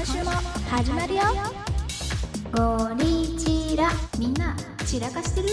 始まるよゴリチラみんな散らかしてる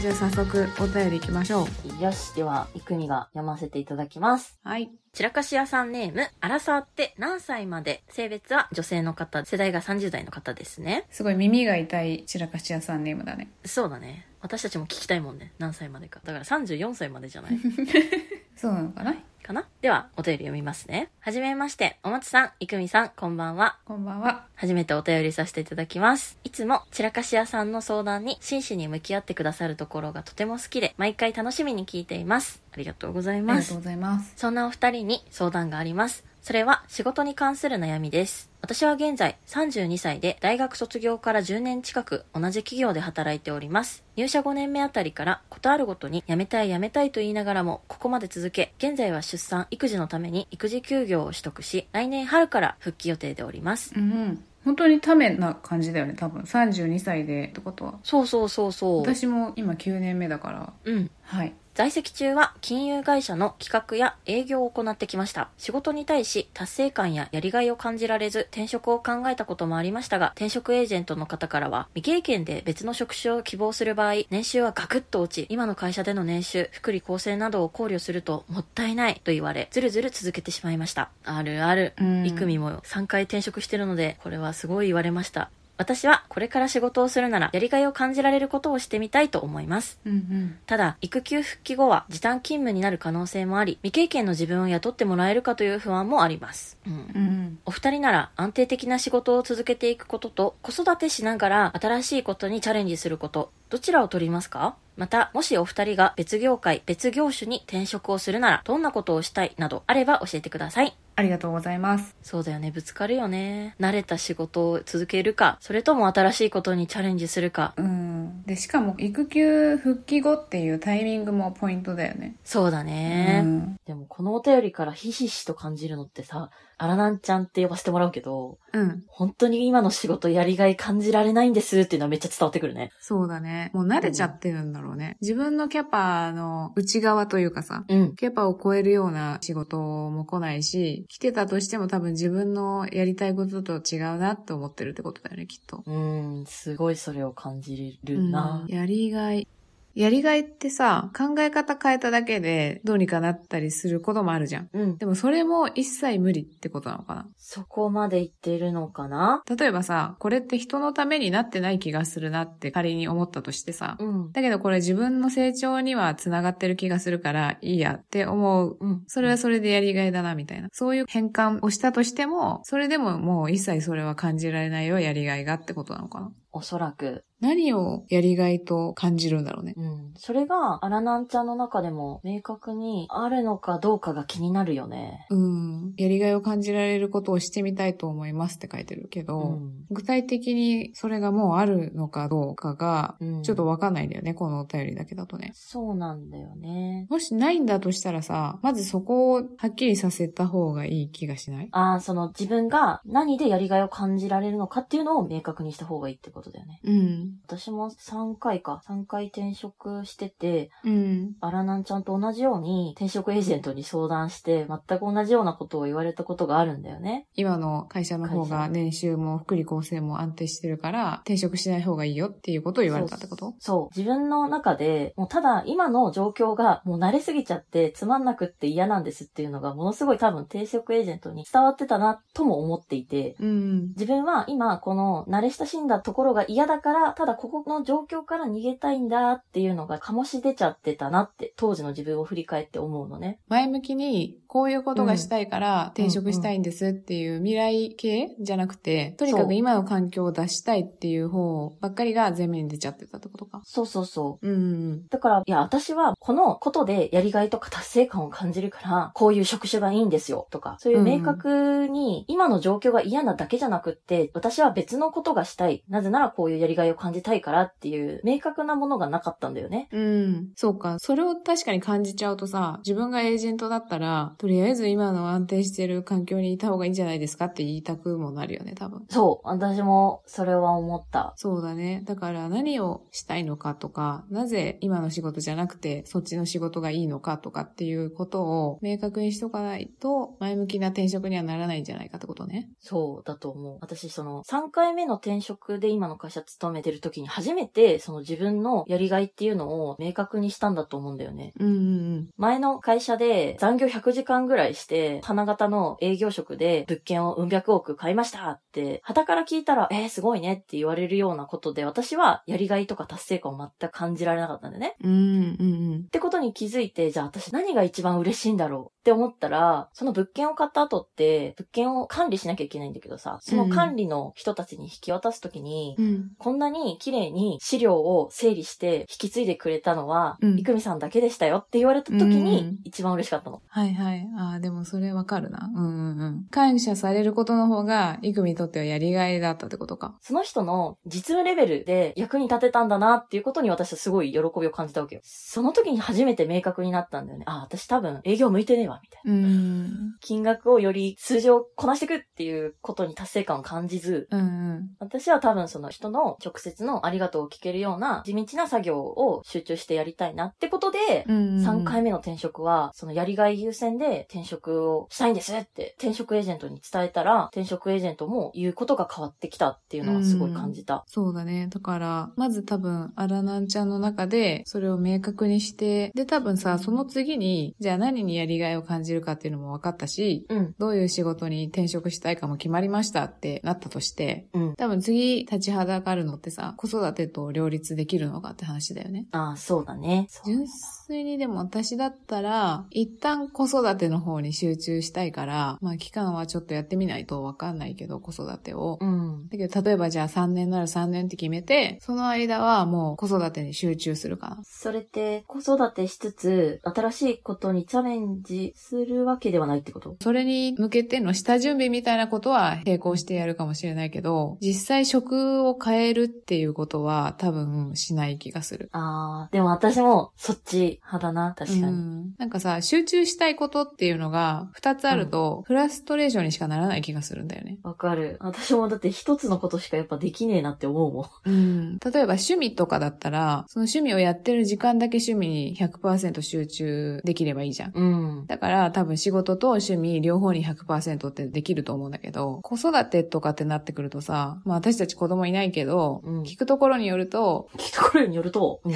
じゃあ早速お便りいきましょう。よし、では、いくみが読ませていただきます。はい。散らかし屋さんネーム、アラサーって何歳まで性別は女性の方、世代が30代の方ですね。すごい耳が痛い散らかし屋さんネームだね。そうだね。私たちも聞きたいもんね。何歳までか。だから34歳までじゃない そうなのかなかなでは、お便り読みますね。はじめまして、おもちさん、いくみさん、こんばんは。こんばんは。初めてお便りさせていただきます。いつも散らかし屋さんの相談に真摯に向き合ってくださるところがとても好きで、毎回楽しみに聞いています。ありがとうございありまがすとう。ございます。そんなお二人に相談があります。それは仕事に関する悩みです。私は現在32歳で大学卒業から10年近く同じ企業で働いております。入社5年目あたりからことあるごとに辞めたい辞めたいと言いながらもここまで続け、現在は出産育児のために育児休業を取得し、来年春から復帰予定でおります。うんうん。本当にためな感じだよね、多分。32歳でってことは。そうそうそうそう。私も今9年目だから。うん。はい。在籍中は金融会社の企画や営業を行ってきました仕事に対し達成感ややりがいを感じられず転職を考えたこともありましたが転職エージェントの方からは未経験で別の職種を希望する場合年収はガクッと落ち今の会社での年収福利厚生などを考慮するともったいないと言われずるずる続けてしまいましたあるあるうんイクミも3回転職してるのでこれはすごい言われました私はこれから仕事をするならやりがいを感じられることをしてみたいと思いますうんうん。ただ、育休復帰後は時短勤務になる可能性もあり、未経験の自分を雇ってもらえるかという不安もあります。うんうんうん。お二人なら安定的な仕事を続けていくことと、子育てしながら新しいことにチャレンジすること、どちらを取りますかまた、もしお二人が別業界、別業種に転職をするなら、どんなことをしたいなどあれば教えてください。ありがとうございます。そうだよね、ぶつかるよね。慣れた仕事を続けるか、それとも新しいことにチャレンジするか。うん。で、しかも育休復帰後っていうタイミングもポイントだよね。そうだね。うんでもこのお便りからひしひしと感じるのってさ、アラナンちゃんって呼ばせてもらうけど、うん。本当に今の仕事やりがい感じられないんですっていうのはめっちゃ伝わってくるね。そうだね。もう慣れちゃってるんだろうね。自分のキャパの内側というかさ、うん。キャパを超えるような仕事も来ないし、来てたとしても多分自分のやりたいことと違うなって思ってるってことだよね、きっと。うーん、すごいそれを感じるな。うんやりがい。やりがいってさ、考え方変えただけでどうにかなったりすることもあるじゃん。うん。でもそれも一切無理ってことなのかな。そこまで言ってるのかな例えばさ、これって人のためになってない気がするなって仮に思ったとしてさ、うん。だけどこれ自分の成長には繋がってる気がするからいいやって思う。うん。それはそれでやりがいだなみたいな。そういう変換をしたとしても、それでももう一切それは感じられないよやりがいがってことなのかな。おそらく。何をやりがいと感じるんだろうね。うん。それが、アラナンちゃんの中でも明確にあるのかどうかが気になるよね。うん。やりがいを感じられることをしてみたいと思いますって書いてるけど、うん。具体的にそれがもうあるのかどうかが、うんちょっとわかんないんだよね、このお便りだけだとね。そうなんだよね。もしないんだとしたらさ、まずそこをはっきりさせた方がいい気がしないああ、その自分が何でやりがいを感じられるのかっていうのを明確にした方がいいってことだよね。うん。私も3回か、3回転職してて、うん。アラナンちゃんと同じように転職エージェントに相談して、全く同じようなことを言われたことがあるんだよね。今の会社の方会が社年収も福利厚生も安定してるから、転職しない方がいいよっていうことを言われたってことそう。自分の中で、もうただ今の状況がもう慣れすぎちゃってつまんなくって嫌なんですっていうのがものすごい多分転職エージェントに伝わってたなとも思っていて、うん。自分は今この慣れ親しんだところが嫌だから、ただここの状況から逃げたいんだっていうのが醸し出ちゃってたなって、当時の自分を振り返って思うのね。前向きに、こういうことがしたいから転職したいんですっていう未来系じゃなくて、とにかそくう今の環境を出したいっていう方ばっかりが前面に出ちゃってたってことか。そうそうそう。うん。だから、いや、私はこのことでやりがいとか達成感を感じるから、こういう職種がいいんですよとか、そういう明確に今の状況が嫌なだけじゃなくって、私は別のことがしたい。なぜならこういうやりがいを感じ感じたいからっていう明確なものがなかったんだよね。うん。そうか。それを確かに感じちゃうとさ、自分がエージェントだったら、とりあえず今の安定してる環境にいた方がいいんじゃないですかって言いたくもなるよね、多分。そう、私もそれは思った。そうだね。だから何をしたいのかとか、なぜ今の仕事じゃなくてそっちの仕事がいいのかとかっていうことを明確にしとかないと前向きな転職にはならないんじゃないかってことね。そうだと思う。私、その、3回目の転職で今の会社勤めてる時に初めて、その自分のやりがいっていうのを明確にしたんだと思うんだよね。うんうん前の会社で残業100時間ぐらいして、花形の営業職で物件をうん百億買いましたって、旗から聞いたら、えー、すごいねって言われるようなことで、私はやりがいとか達成感を全く感じられなかったんだよね。うん。うんうんうんっ。てことに気づいて、じゃあ私何が一番嬉しいんだろうって思ったら、その物件を買った後って、物件を管理しなきゃいけないんだけどさ、その管理の人たちに引き渡すときに、うん。こんなに綺麗に資料を整理して引き継いでくれたのは、うんいくみさんだけでしたよって言われた時うんに一番嬉しかったの。はいはい。ああ、でもそれわかるな。うんうんうん。感謝されることの方が、イクミにとってはやりがいだったってことか。その人の実務レベルで役に立てたんだなっていうことに私はすごい喜びを感じたわけよ。その時に初めて明確になったんだよね。あ、私多分営業向いてねえわ、みたいな。うん。金額をより通常こなしていくっていうことに達成感を感じず、うんうん。私は多分その人の直接のありがとうを聞けるような地道な作業を集中してやりたいなってことで、うんうん。 3回目の転職は、そのやりがい優先で転職をしたいんですって転職エージェントに伝えたら、転職エージェントも言うことが変わってきたっていうのはすごい感じた。そうだね。だから、まず多分、アラナンちゃんの中で、それを明確にして、で、多分さ、その次に、じゃあ何にやりがいを感じるかっていうのも分かったし、うん。どういう仕事に転職したいかも決まりましたってなったとして、うん。多分次立ちはだかるのってさ、子育てと両立できるのかって話だよね。ああ、そうだね。そう純粋にでも私だったら、一旦子育ての方に集中したいから、まあ期間はちょっとやってみないとわかんないけど、子育てを。うん。だけど、例えばじゃあ3年なら3年って決めて、その間はもう子育てに集中するかな。それって、子育てしつつ、新しいことにチャレンジするわけではないってことそれに向けての下準備みたいなことは並行してやるかもしれないけど、実際職を変えるっていうことは多分しない気がする。ああ、でも私もそっち派だな、確かうに。んなんかさ、集中したいことっていうのが2つあると、フラストレーションにしかならない気がするんだよね。わ、かる。私もだって一つのことしかやっぱできねえなって思うもん。うん。例えば趣味とかだったら、その趣味をやってる時間だけ趣味に100%集中できればいいじゃん。うん。だから多分仕事と趣味両方に100%ってできると思うんだけど、子育てとかってなってくるとさ、まあ私たち子供いないけど、うん聞くところによると、聞くところによると、うん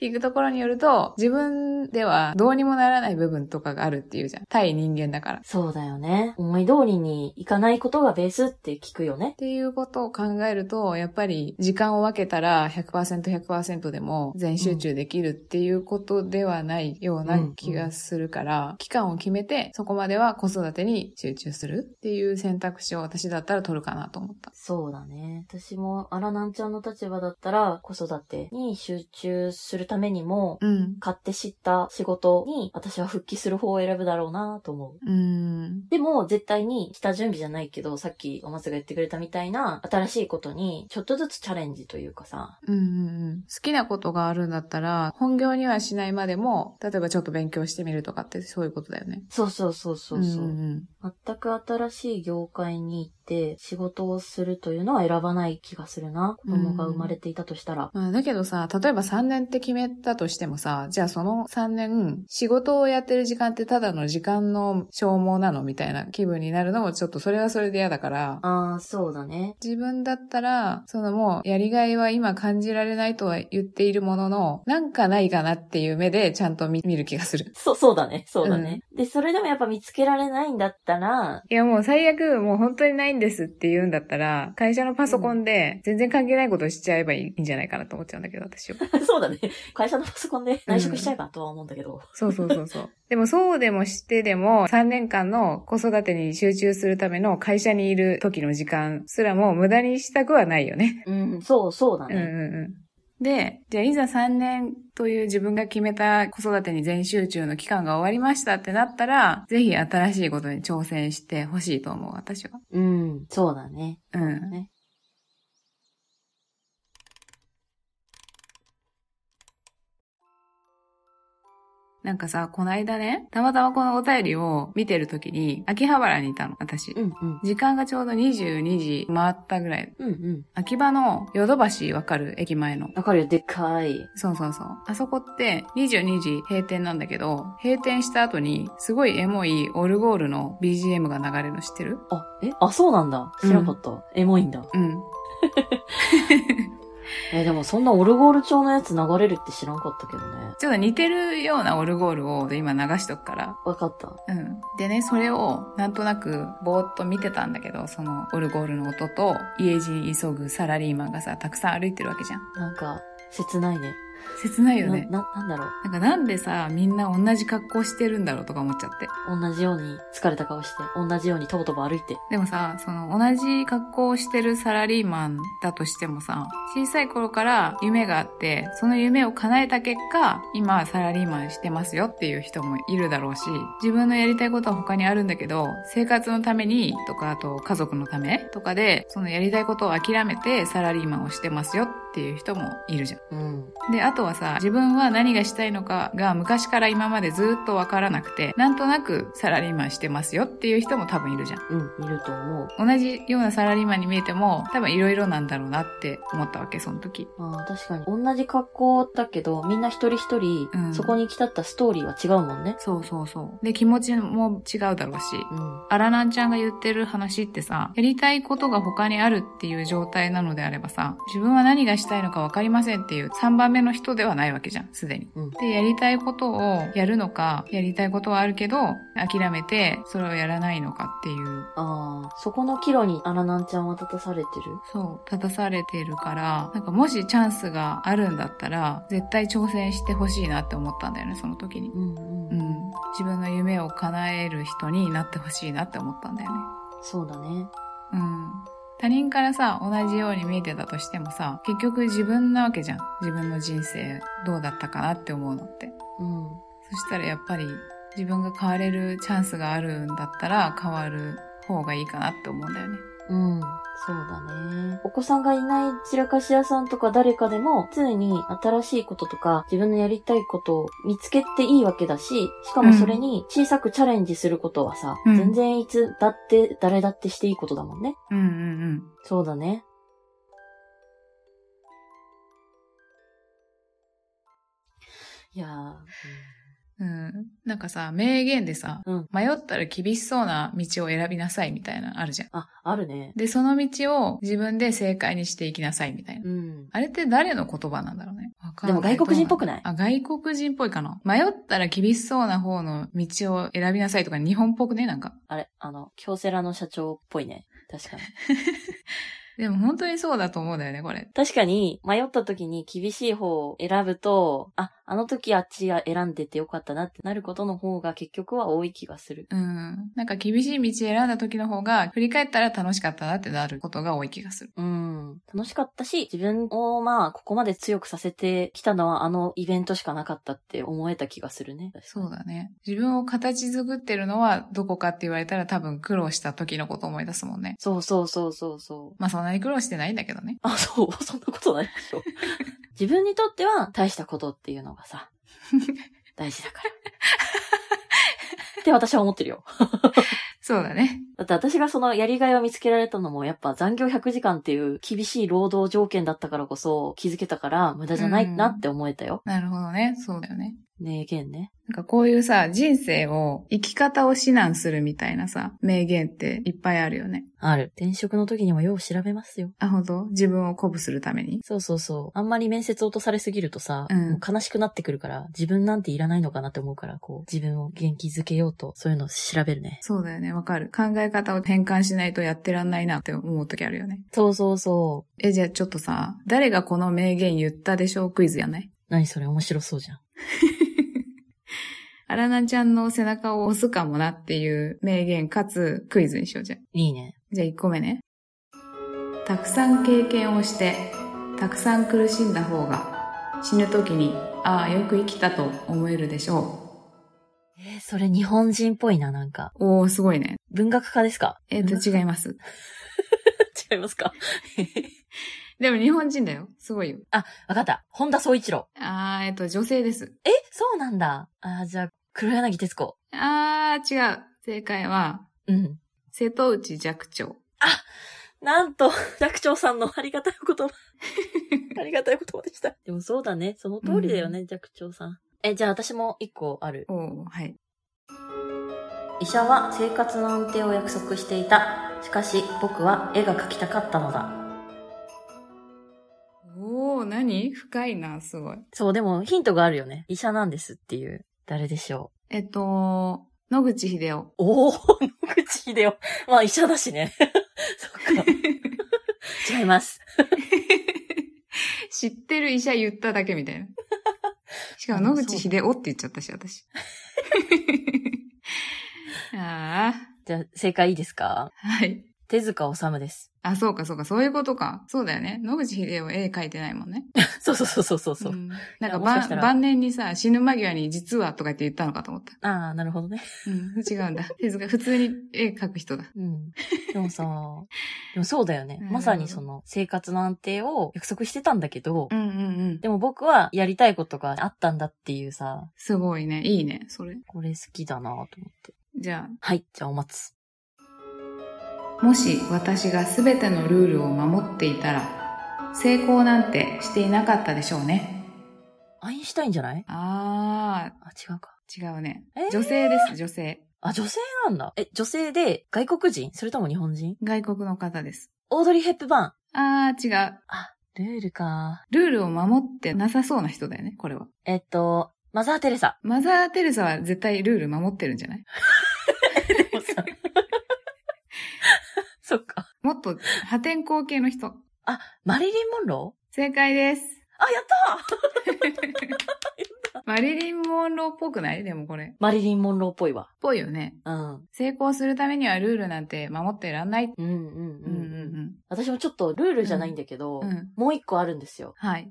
聞くところによると、自分ではどうにもならない部分とかがあるっていうじゃん。対人間だから。っそうだよね。思い通りにいかないことがベースって聞くよね。ていうことを考えると、やっぱり時間を分けたら 100%100% でも全集中できるっていうことではないような気がするから、期間を決めてそこまでは子育てに集中するっていう選択肢を私だったら取るかなと思った。そうだね。私も、あらなんちゃんの立場だったら、子育てに集中するためにも、うん。買って知った仕事に私は復帰する方を選ぶだろうなと思う。うん。でも、絶対に下準備じゃないけど、さっきお松が言ってくれたみたいな、新しいことに、ちょっとずつチャレンジというかさ、うんうんうん、好きなことがあるんだったら、本業にはしないまでも、例えばちょっと勉強してみるとかってそういうことだよね。そうそうそうそうそう。んんん全く新しい業界に行って仕事をするというのは選ばない気がするな。子供が生まれていたとしたら。まあ、だけどさ、例えば3年って決めたとしてもさ、じゃあその3年、仕事をやってる時間ってただの時間の消耗なのみたいな気分になるのもちょっとそれはそれで嫌だから、ああ、そうだね。自分だったら、そのもうやりがいは今感じられないとは言っているものの、なんかないかなっていう目でちゃんと見見る気がする。そう、そうだね。そうだね、で、それでもやっぱ見つけられないんだったら、 いやもう最悪もう本当にないんですって言うんだったら、会社のパソコンで全然関係ないことをしちゃえばいいんじゃないかなと思っちゃうんだけど、私は。そうだね。会社のパソコンで内職しちゃえばとは思うんだけど。そうそうそうそう。でもそうでもしてでも、3年間の子育てに集中するための会社にいる時の時間すらも無駄にしたくはないよね。うん、そう、そうだうんうんね。うん。で、じゃあいざ3年という自分が決めた子育てに全集中の期間が終わりましたってなったら、ぜひ新しいことに挑戦してほしいと思う、私は。うん、そうだね。うん。ね。なんかさ、こないだね、たまたまこのお便りを見てるときに、秋葉原にいたの、私。うんうん。時間がちょうど22時回ったぐらい。うんうん。秋葉のヨドバシわかる駅前の。わかるよ、でっかい。そうそうそう。あそこって22時閉店なんだけど、閉店した後にすごいエモいオルゴールの BGM が流れるの知ってるあ、えあ、そうなんだ。知らなかった。エモいんだ。うん。えでもそんなオルゴール調のやつ流れるって知らんかったけどね。ちょっと似てるようなオルゴールを今流しとくから。わかった。うん。でね、それをなんとなくぼーっと見てたんだけど、そのオルゴールの音と家路に急ぐサラリーマンがさ、たくさん歩いてるわけじゃん。なんか、切ないね。切ないよね。な、な、なんだろなんかなんでさ、みんな同じ格好してるんだろうとか思っちゃって。う。同じように疲れた顔して、同じようにとぼとぼ歩いて。でもさ、その同じ格好をしてるサラリーマンだとしてもさ、小さい頃から夢があって、その夢を叶えた結果、今はサラリーマンしてますよっていう人もいるだろうし、自分のやりたいことは他にあるんだけど、生活のためにとか、あと家族のためとかで、そのやりたいことを諦めてサラリーマンをしてますよっていう人もいるじゃん。うん。で、あとはさ、自分は何がしたいのかが昔から今までずっとわからなくて、なんとなくサラリーマンしてますよっていう人も多分いるじゃん。うん、いると思う。同じようなサラリーマンに見えても、多分いろいろなんだろうなって思ったわけ、その時。ああ、確かに。同じ格好だけど、みんな一人一人、うんそこに来たったストーリーは違うもんね。そうそうそう。で、気持ちも違うだろうし。うん。アラナンちゃんが言ってる話ってさ、やりたいことが他にあるっていう状態なのであればさ、自分は何がしたいのかわかりませんっていう3番目の人ではないわけじゃん、すでに。うんで、やりたいことをやるのか、やりたいことはあるけど、諦めてそれをやらないのかっていうああ、そこの岐路にアラナンちゃんは立たされてる。そう、立たされてるから、なんかもしチャンスがあるんだったら、絶対挑戦してほしいなって思ったんだよね、その時に。うんうん。うん。自分の夢を叶える人になってほしいなって思ったんだよね。そうだね。うん。他人からさ、同じように見えてたとしてもさ、結局自分なわけじゃん。自分の人生どうだったかなって思うのって。うん。そしたらやっぱり自分が変われるチャンスがあるんだったら変わる方がいいかなって思うんだよね。うん。そうだね。お子さんがいない散らかし屋さんとか誰かでも、常に新しいこととか、自分のやりたいことを見つけていいわけだし、しかもそれに小さくチャレンジすることはさ、うん全然いつだって誰だってしていいことだもんね。うんうんうん。そうだね。いやー、うん。なんかさ、名言でさ、うん迷ったら厳しそうな道を選びなさいみたいなのあるじゃん。あ、あるね。で、その道を自分で正解にしていきなさいみたいな。うん。あれって誰の言葉なんだろうね。わかんないでも外国人っぽくないどうなんだろうあ、外国人っぽいかな。迷ったら厳しそうな方の道を選びなさいとか日本っぽくねなんか。あれ、あの、京セラの社長っぽいね。確かに。でも本当にそうだと思うんだよね、これ。確かに、迷った時に厳しい方を選ぶと、あ、あの時あっちが選んでてよかったなってなることの方が結局は多い気がする。うん。なんか厳しい道選んだ時の方が、振り返ったら楽しかったなってなることが多い気がする。うん。楽しかったし、自分をまあ、ここまで強くさせてきたのはあのイベントしかなかったって思えた気がするね。そうだね。自分を形作ってるのはどこかって言われたら多分苦労した時のことを思い出すもんね。そうそうそうそうそう。まあそんなに苦労してないんだけどね。あ、そう、 そんなことないで しょ。自分にとっては大したことっていうのがさ、大事だから。って私は思ってるよ。そうだね。だって私がそのやりがいを見つけられたのもやっぱ残業100時間っていう厳しい労働条件だったからこそ気づけたから無駄じゃないなって思えたよ。なるほどね。そうだよね。名言ね。なんかこういうさ、人生を、生き方を指南するみたいなさ、名言っていっぱいあるよね。ある。転職の時にもよう調べますよ。あ、ほんと自分を鼓舞するために。そうそうそう。あんまり面接落とされすぎるとさ、うんもう悲しくなってくるから、自分なんていらないのかなって思うから、こう、自分を元気づけようと、そういうのを調べるね。そうだよね、わかる。考え方を転換しないとやってらんないなって思う時あるよね。そうそうそう。え、じゃあちょっとさ、誰がこの名言言ったでしょうクイズやない何それ面白そうじゃん。アラナちゃんの背中を押すかもなっていう名言かつクイズにしようじゃあ。いいね。じゃあ1個目ね。たくさん経験をして、たくさん苦しんだ方が、死ぬ時に、ああ、よく生きたと思えるでしょえーそれ日本人っぽいな、なんか。う。おー、すごいね。文学家ですか えっ、と、違います。違いますかでも日本人だよ。すごいよ。わかった。本田総一郎。あー、えっと、女性です。えそうなんだ。あーじゃあ、黒柳徹子。あー、違う。正解は、うん。瀬戸内寂聴。なんと、寂聴さんのありがたいお 言葉。ありがたいお言葉でした。でもそうだね。その通りだよね、寂聴さん。え、じゃあ私も一個ある。おー、はい。医者は生活の安定を約束していた。しかし、僕は絵が描きたかったのだ。おー、何深いな、すごい。そう、でもヒントがあるよね。医者なんですっていう。誰でしょえっと、野口秀夫。う。おー、野口秀夫。まあ医者だしね。 そ っか。違います。知ってる医者言っただけみたい な。しかも野口秀夫って言っちゃったし、私。 あじゃあ正解いいですあ、かはい。手塚治虫です。あ、そうか、そうか、そういうことか。そうだよね。野口秀夫絵描いてないもんね。そうそうそうそうそうそう。んなんかもしかし晩たら晩年にさ、死ぬ間際に実はとかって言ったのかと思った。ああ、なるほどね。うん、違うん だ。手塚、普通に絵描く人だ。うん。で もさ、でもそうだよねう。んまさにその生活の安定を 約束してたんだけど、うんうんうん。でも僕はやりたいことがあったんだっていうさ、すごいね。いいね、それ。これ好きだなと思って。じゃはい、じゃあお待つ。あ、もし私が全てのルールを守っていたら、成功なんてしていなかったでしょうね。アインシュタインじゃないああ、違うか。ー、違うねえ。ー女性です、女性。あ、女性なんだ。え、女性で外国人それとも日本人外国の方です。オードリー・ヘップバあー、違う。ーン。ルールか。ルールを守ってなさそうな人だよね、これは。えっと、マザー・テレサ。マザー・テレサは絶対ルール守ってるんじゃないでもさそっか。もっと破天荒系の人。あ、マリリン・モンロ正解です。ーあ、やったーマリリン・モンローっぽくないでもこれ。マリリン・モンローっぽいわ。ぽいよね。うん。成功するためにはルールなんて守ってらんない。うんうんうんうん私もちょっとルールじゃないんだけど、うん。うん。もう一個あるんですよ。はい。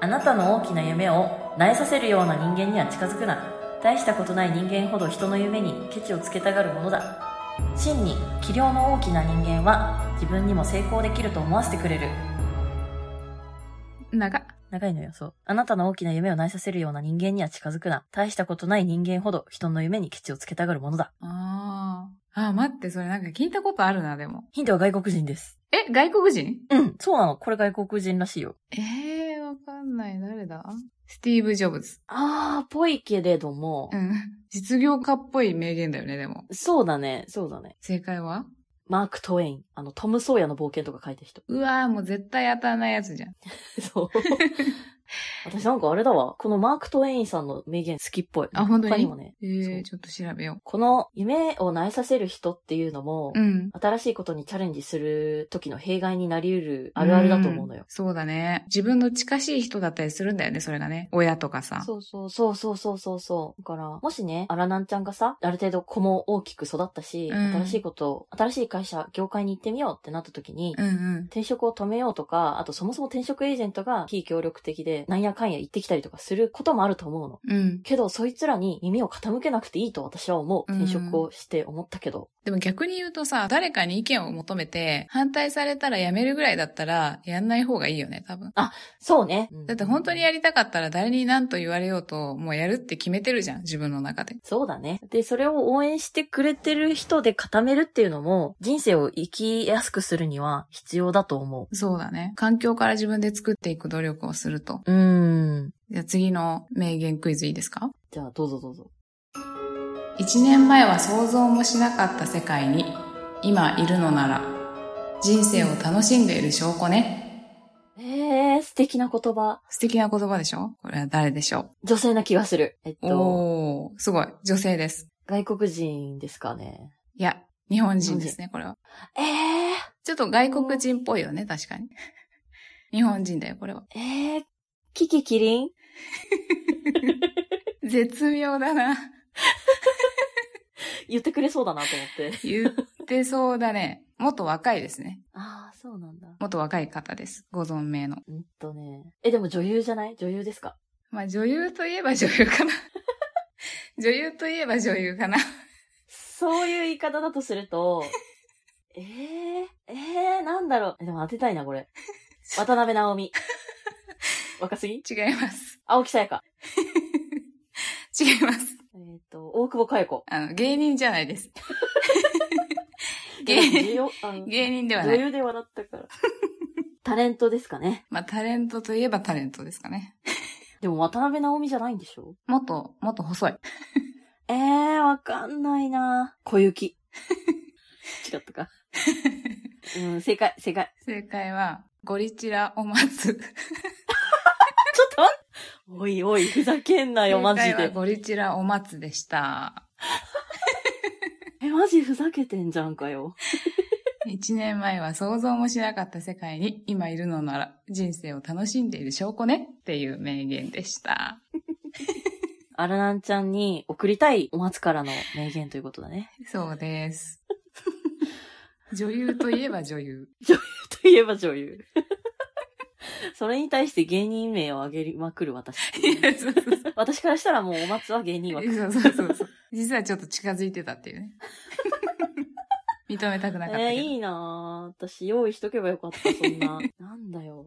あなたの大きな夢を苗させるような人間には近づくな。大したことない人間ほど人の夢にケチをつけたがるものだ。真に器量の大きな人間は自分にも成功できると思わせてくれる。長っ。長いのよ、そう。あなたの大きな夢を苗させるような人間には近づくな。大したことない人間ほど人の夢にケチをつけたがるものだ。あー。あー、待って、それなんか聞いたことあるな、でも。ヒントは外国人です。え、外国人うん、そうなの。これ外国人らしいよ。ええー、わかんない。誰だスティーブ・ジョブズ。あー、ぽいけれどもうん。実業家っぽい名言だよね、でも。そうだね、そうだね。正解はマーク・トウェイン。あの、トム・ソーヤの冒険とか書い 。た人うわー、もう絶対当たらないやつじゃん。そう。 私なんかあれだわ。このマーク・トウェインさんの名言好きっぽい。あ本当に他にもね。えそー、うちょっと調べよこの夢を苗させる人っていうのも、う。うん。新しいことにチャレンジする時の弊害になり得るあるあるだと思うのよん。そうだね。自分の近しい人だったりするんだよね、それがね。親とかさ。そうそうそうそうそうそうそう。だから、もしね、アラナンちゃんがさ、ある程度子も大きく育ったし、うん新しいこと、新しい会社、業界に行ってみようってなった時に、うんうん。転職を止めようとか、あとそもそも転職エージェントが非協力的で、なんやかんや行ってきたりとかすることもあると思うの。うん。けど、そいつらに耳を傾けなくていいと私は思うう。ん転職をして思ったけど。でも逆に言うとさ、誰かに意見を求めて、反対されたらやめるぐらいだったら、やんない方がいいよね、多分。そうね。だって本当にうんやりたかったら誰に何と言われようと、もうやるって決めてるじゃん、自分の中で。そうだね。で、それを応援してくれてる人で固めるっていうのも、人生を生きやすくするには必要だと思そうだね。環境から自分で作っていく努力をすると。う。うーん。じゃあ次の名言クイズいいですかじゃあ、どうぞどうぞ。一年前は想像もしなかった世界に、今いるのなら、人生を楽しんでいる証拠ね。えー、素敵な言葉。素敵な言葉でしょこれは誰でしょ女性な気がする。えっうと、おー、すごい。女性です。外国人ですかね。いや、日本人ですね、これは。えー、ちょっと外国人っぽいよね、確かに。 日本人だよ、これは。えー、キキキリン絶妙だな。言ってくれそうだなと思って。言ってそうだね。もっと若いですね。ああ、そうなんだ。もっと若い方です。ご存命の。うんとね。え、でも女優じゃない女優ですかまあ女優といえば女優かな。 女優といえば女優かな。 そういう言い方だとすると、えー、えー、なんだろう。でも当てたいな、こ れ。渡辺直美。若すぎ違います。青木さやか。違います。えっ、と、大久保佳代子。あの、芸人じゃないです。芸人、人。あの芸人では女ない。優で笑った から。タレントですかね。まあ、タレントといえばタレントですかね。でも渡辺直美じゃないんでしょもっと、もっと細い。えー、わかんないな小雪。 違ったか。 うん、正解、正解。正解は、ゴリチラを待つ。ちょっと待っておいおい、ふざけんなよ、マジ正解はで。ゴリチラを待つでした。え、マジふざけてんじゃんかよ。一年前は想像もしなかった世界に今いるのなら人生を楽しんでいる証拠ねっていう名言でした。アラナンちゃんに送りたいお松からの名言ということだね。そう です。女優といえば女優。 といえば女優。 それに対して芸人名を挙げまくる 私。そうそうそう私からしたらもうお松は芸人 枠。そうそうそうそう。実はちょっと近づいてたって いうね。認めたくなかったけど。えー、いいなぁ。私用意しとけばよかった、そん な。なんだよ。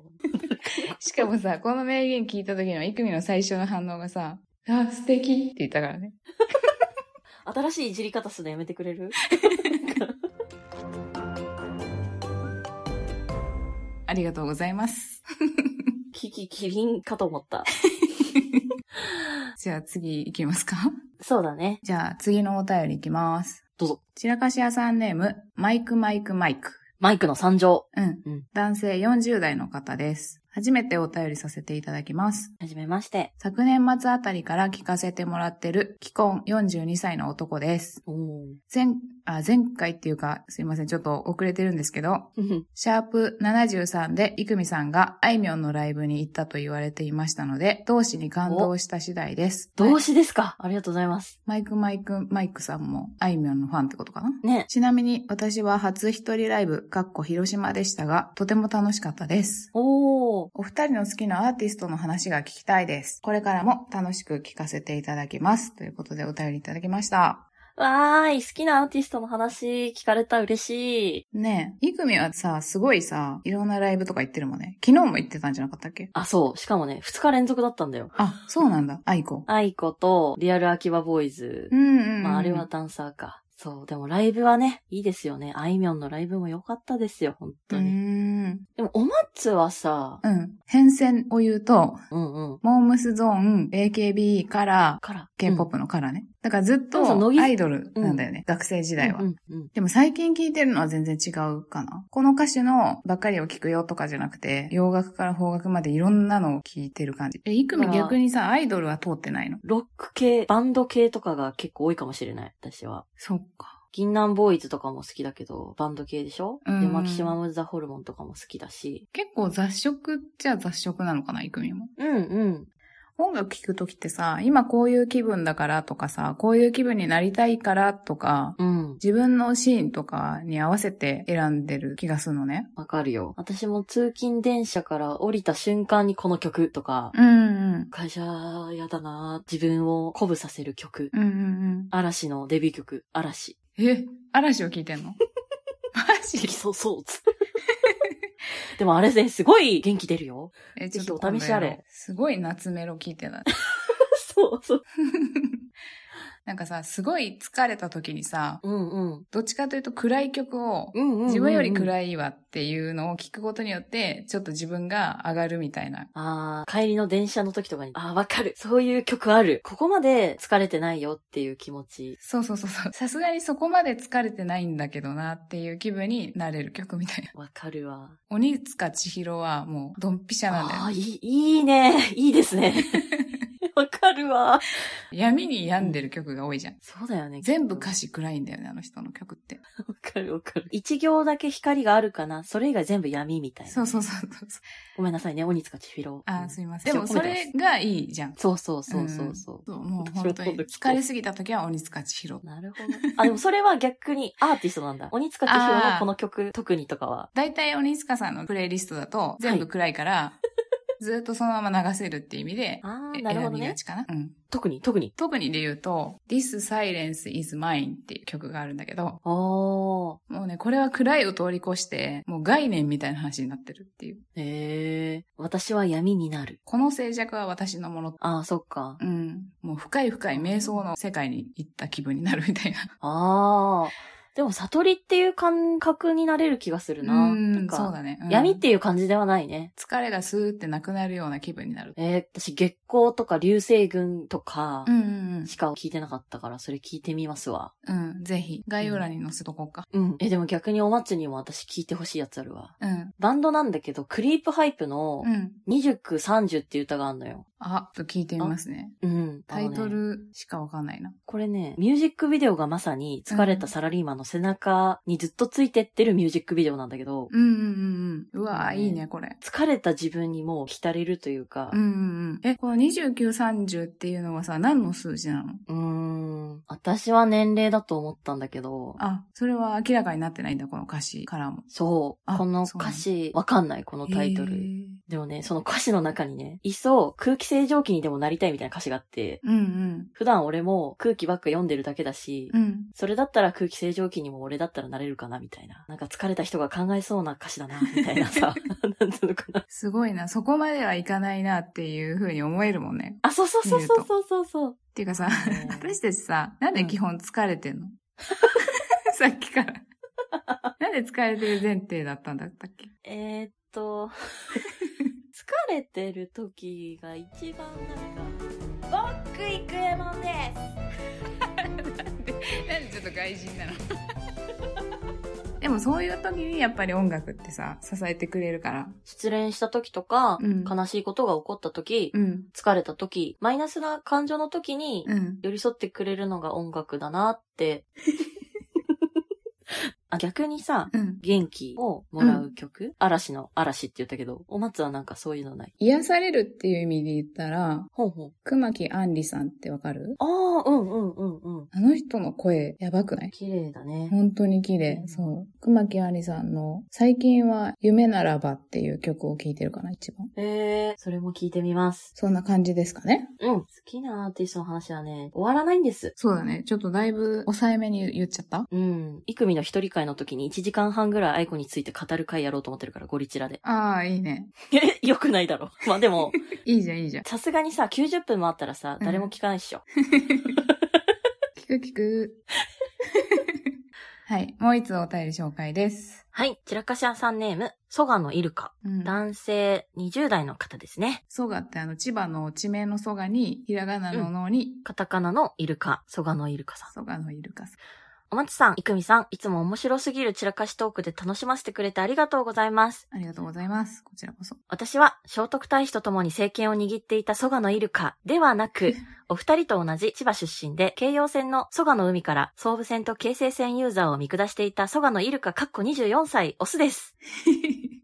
しかもさ、この名言聞いた時のイクミの最初の反応がさ、あ、素敵って言ったからね。新しいいじり方するのやめてくれるありがとうございます。キキキリンかと思った。じゃあ次行きますかそうだね。じゃあ次のお便り行きます。どうぞ。散らかし屋さんネーム、マイクマイクマイク。マイクの参上。うん。うん男性40代の方です。初めてお便りさせていただきます。はじめまして。昨年末あたりから聞かせてもらってる、既婚42歳の男です。おお。前、あ、前回っていうか、すいません、ちょっと遅れてるんですけど、うんシャープ73で、イクミさんがあいみょんのライブに行ったと言われていましたので、同志に感動した次第です。動し詞ですかありがとうございます。マイクマイクマイクさんもあいみょんのファンってことかなね。ちなみに私は初一人ライブ、かっこ広島でしたが、とても楽しかったです。おお。お二人の好きなアーティストの話が聞きたいです。これからも楽しく聞かせていただきます。ということでお便りいただきました。わーい、好きなアーティストの話聞かれたら嬉しい。ねえ、イクミはさ、すごいさ、いろんなライブとか行ってるもんね。昨日も行ってたんじゃなかったっけあ、そう。しかもね、2日連続だったんだよ。あ、そうなんだ。アイコ。アイコとリアルアキバボーイズう。んうんうん。まあ、あれはダンサーか。そう。でもライブはね、いいですよね。あいみょんのライブも良かったですよ、本う当ーに。ん。でも、おまっつはさ、うん。変遷を言うと、うんうん。モームスゾーン、AKB から、から。 K-POP のからね。だからずっそうそとう乃木アイドルなんだよね。学生時代は。うんうんうん。でも最近聴いてるのは全然違うかな。この歌手のばっかりを聴くよとかじゃなくて、洋楽から邦楽までいろんなのを聴いてる感じ。え、いくみあー逆にさ、アイドルは通ってないのロック系、バンド系とかが結構多いかもしれない、私は。そっか。銀杏ボーイズとかも好きだけど、バンド系でしょ、うんで、マキシマム・ザ・ホルモンとかも好きだし。結構雑食っちゃ雑食なのかな、いくみも。うんうん。音楽聴くときってさ、今こういう気分だからとかさ、こういう気分になりたいからとか、うん。自分のシーンとかに合わせて選んでる気がするのね。わかるよ。私も通勤電車から降りた瞬間にこの曲とか、うんうん。会社やだな自分を鼓舞させる曲。うんうん嵐のデビュー曲、嵐。うん。え、嵐を聴いてん のマジそうそう。つ でもあれね、すごい元気出 るよ。え、ぜひお試しあ今度れやろうすごい夏メロ聴いてた。 そうそう。なんかさ、すごい疲れた時にさ、うんうん。どっちかというと暗い曲を、うんうん、うん。自分よりい。暗いわっていうのを聞くことによって、ちょっと自分が上がるみたいな。ああ、帰りの電車の時とかに、ああ、わかる。そういう曲ある。ここまで疲れてないよっていう気持ち。そうそうそうそう。さすがにそこまで疲れてないんだけどなっていう気分になれる曲みたいな。 わかるわ。鬼塚千尋はもうドンピシャなんだよあ。あ、いい、いいね。 いいですね。わかるわ。闇に病んでる曲が多いじゃん。そうだよね。全部歌詞。詞暗いんだよね、あの人の曲って。わかるわかる。一行だけ光があるかな。それ以外全部闇みたいな。そうそうそうそう。ごめんなさいね。鬼塚千尋。あうー、んすそいません。で一応も込めそてますれがいいじゃん。うそうそうそうそう。そう、もう本当に疲れすぎた時は鬼塚千尋。なるほど。あ、でもそれは逆にアーティストなんだ。鬼塚千尋のこの曲、特にとかは。 大体鬼塚さんのプレイリストだと全部暗いから、ずっとそのまま流せるっていう意味で、ああ、えなるほ選どびがね。ちかな。うん。特に、特に。特にで言うと、This Silence is Mine っていう曲があるんだけど、ああ。もうね、これは暗いを通り越して、もう概念みたいな話になってるっていう。へえ。私は闇になる。この静寂は私のもの。ああ、そっか。うん。もう深い深い瞑想の世界に行った気分になるみたいな。ああ。でも、悟りっていう感覚になれる気がするな。うなんん、かそうだね。うん闇っていう感じではないね。疲れがスーってなくなるような気分になる。えー、私、月光とか流星群とかうんうんしか聞いてなかったから、それ聞いてみますわ。うん。うん、ぜひ。概要欄に載せとこうか。うん。え、でも逆におまつにも私聞いてほしいやつあるわ。うん。バンドなんだけど、クリープハイプのうん。 29、30っていう歌があるのよ。あ、ちょっと聞いてみますね。うん。タイトあのねルしかわかんないな。これね、ミュージックビデオがまさに疲れたサラリーマンの背中にずっとついてってるミュージックビデオなんだけど、うんうんうんうん。うわうぁ、んいいね、これ。疲れた自分にもう浸れるというかう、んうんうん。え、この29、30っていうのはさ、何の数字なのうーん、私は年齢だと思ったんだけど、あ、それは明らかになってないんだ、この歌詞からも。そう、あこの歌詞、わかんない、このタイトへル。ーでもね、その歌詞の中にね、いっそ空気清浄機にでもなりたいみたいな歌詞があって、うんうん。普段俺も空気ばっか読んでるだけだし、うん。それだったら空気清浄機にも俺だったらなれるかな、みたいな。なんか疲れた人が考えそうな歌詞だな、みたいな さ。なんていうのかな。すごいな。そこまではいかないなっていうふうに思えるもんね。あ、そうそうそうそうそうそうそう。っていうかさ、ね私たちさ、なんで基本疲れ てんの、さっきから。なんで疲れてる前提だったんだったっけ えー、っと、 疲れてる時が一番なんか、僕行くえもんですなんでちょっと外人なのでもそういう時にやっぱり音楽ってさ、支えてくれるから。失恋した時とか、うん悲しいことが起こった時、うん。疲れた時、マイナスな感情の時に、うん。寄り添ってくれるのが音楽だな って。あ逆にさ、うん。元気をもらう曲、嵐の嵐って言ったけど、お松はなんかそういうのない。癒されるっていう意味で言ったら、ほうほう。熊木杏里さんってわかるああ、うんうんうんうん。あの人の声、やばくない綺麗だね。本当に綺麗。そう。熊木杏里さんの、最近は夢ならばっていう曲を聴いてるかな、一番。えー、それも聞いてみます。そんな感じですかね。うん。好きなアーティストの話はね、終わらないんです。そうだね。ちょっとだいぶ抑えめに言っちゃったうん。イクミの一人会の時に1時間半ぐらいアイコについて語る会やろうと思ってるから、ゴリチラで。 ああ、いいね。え、よくないだろ。 まあでも、いいじゃん、いいじゃん。さすがにさ、90分もあったらさ、うん誰も聞かないっしょ。聞く聞く。 はい。もう一つお便り紹介です。はい。チラカシアさんネーム、ソガのイルカ。うん。男性20代の方ですね。蘇我ってあの、千葉の地名の蘇我に、ひらがなの脳に、カタカナのイルカ、ソガのイルカさん。蘇我のイルカさん。お松さん、イクミさん、いつも面白すぎるチラカシトークで楽しませてくれてありがとうございます。ありがとうございます。こちらこそ。私は、聖徳太子と共に政権を握っていた蘇我のイルカではなく、お二人と同じ千葉出身で、京葉線の蘇我の海から総武線と京成線ユーザーを見下していた蘇我のイルカかっこ24歳、オスです。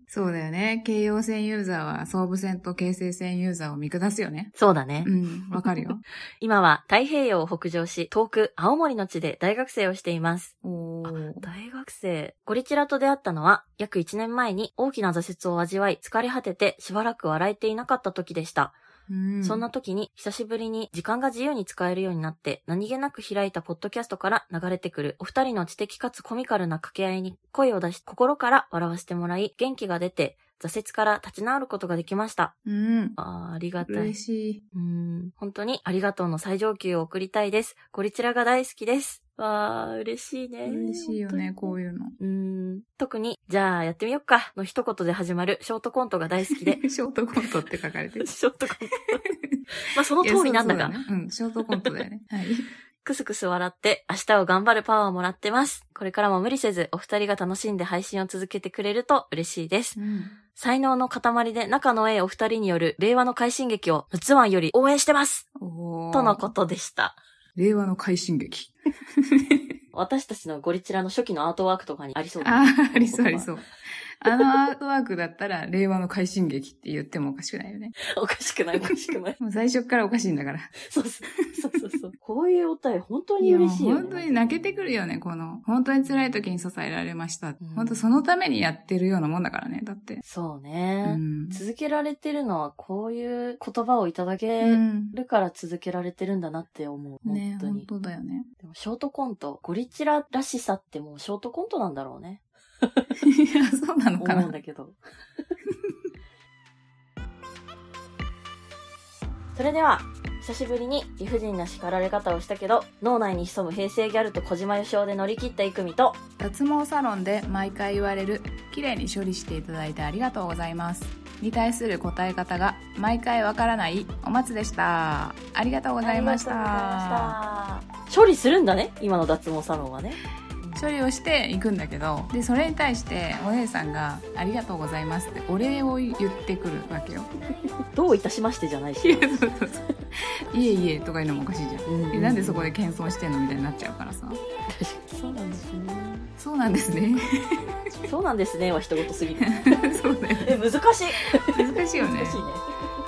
そうだよね。京葉線ユーザーは、総武線と京成線ユーザーを見下すよね。そうだね。うん、わかる よ。今は太平洋を北上し、遠く青森の地で大学生をしています。おー。大学生。ゴリチラと出会ったのは、約1年前に大きな挫折を味わい、疲れ果ててしばらく笑えていなかった時でした。うんそんな時に、久しぶりに時間が自由に使えるようになって、何気なく開いたポッドキャストから流れてくるお二人の知的かつコミカルな掛け合いに声を出し、心から笑わせてもらい、元気が出て、挫折から立ち直ることができました。うん。あーありがたい嬉。しい。うーん本当にありがとうの最上級を送りたいです。ゴリチラが大好きです。わー、嬉しいね。嬉しいよね、こういう。いうの。。うーん特に、じゃあやってみよっか、の一言で始まるショートコントが大好きで ショートコントって書かれてる。ショートコント。まあその通りなんだがいや。そうそうだねうん、ショートコントだ よね。はい。クスクス笑って明日を頑張るパワーをもらってます。これからも無理せずお二人が楽しんで配信を続けてくれると嬉しいです。才能の塊で仲のええお二人による令和の快進撃を陸奥湾より応援してますおーとのことでした。令和の快進撃。私たちのゴリチラの初期のアートワークとかにありそうだあねあ、ありそうありそう。あのアートワークだったら、令和の快進撃って言ってもおかしくないよね。おかしくない、おかしくない。 もう最初からおかしいんだから。そうそうそうそうそう。こういうお便り、本当に嬉しいやよ、ね。本当に泣けてくるよね、この。本当に辛い時に支えられました。ん本当そのためにやってるようなもんだからね、だって。そううね、ん。続けられてるのは、こういう言葉をいただうけんるから続けられてるんだなって思う。ね本当に。本当だよね。 でもショートコント、ゴリチラらしさってもうショートコントなんだろうね。いや、そうなのか思う。なんだけど。 それでは、久しぶりに理不尽な叱られ方をしたけど、脳内に潜む平成ギャルと小島よしおで乗り切ったイクミと、脱毛サロンで毎回言われる綺麗に処理していただいてありがとうございますに対する答え方が毎回わからないお待つでしたありがとうございましたありがとうございました処理するんだね、今の脱毛サロンは ね。処理をしていくんだけどでそれに対してお姉さんが「ありがとうございます」ってお礼を言ってくるわけよ どういたしましてじゃない「し。いえいえ」とか言うのもおかしいじゃんえなんでそこで謙遜してんのみたいになっちゃうからさそうなんですね。そうなんです ねそうなんですねは一言 すぎる。そうだよねえ、難しい。難しいよね難しいね。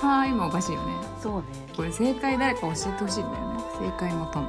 「はーい」もおかしいよねそうね。これ正解誰か教えてほしいんだよね正解求む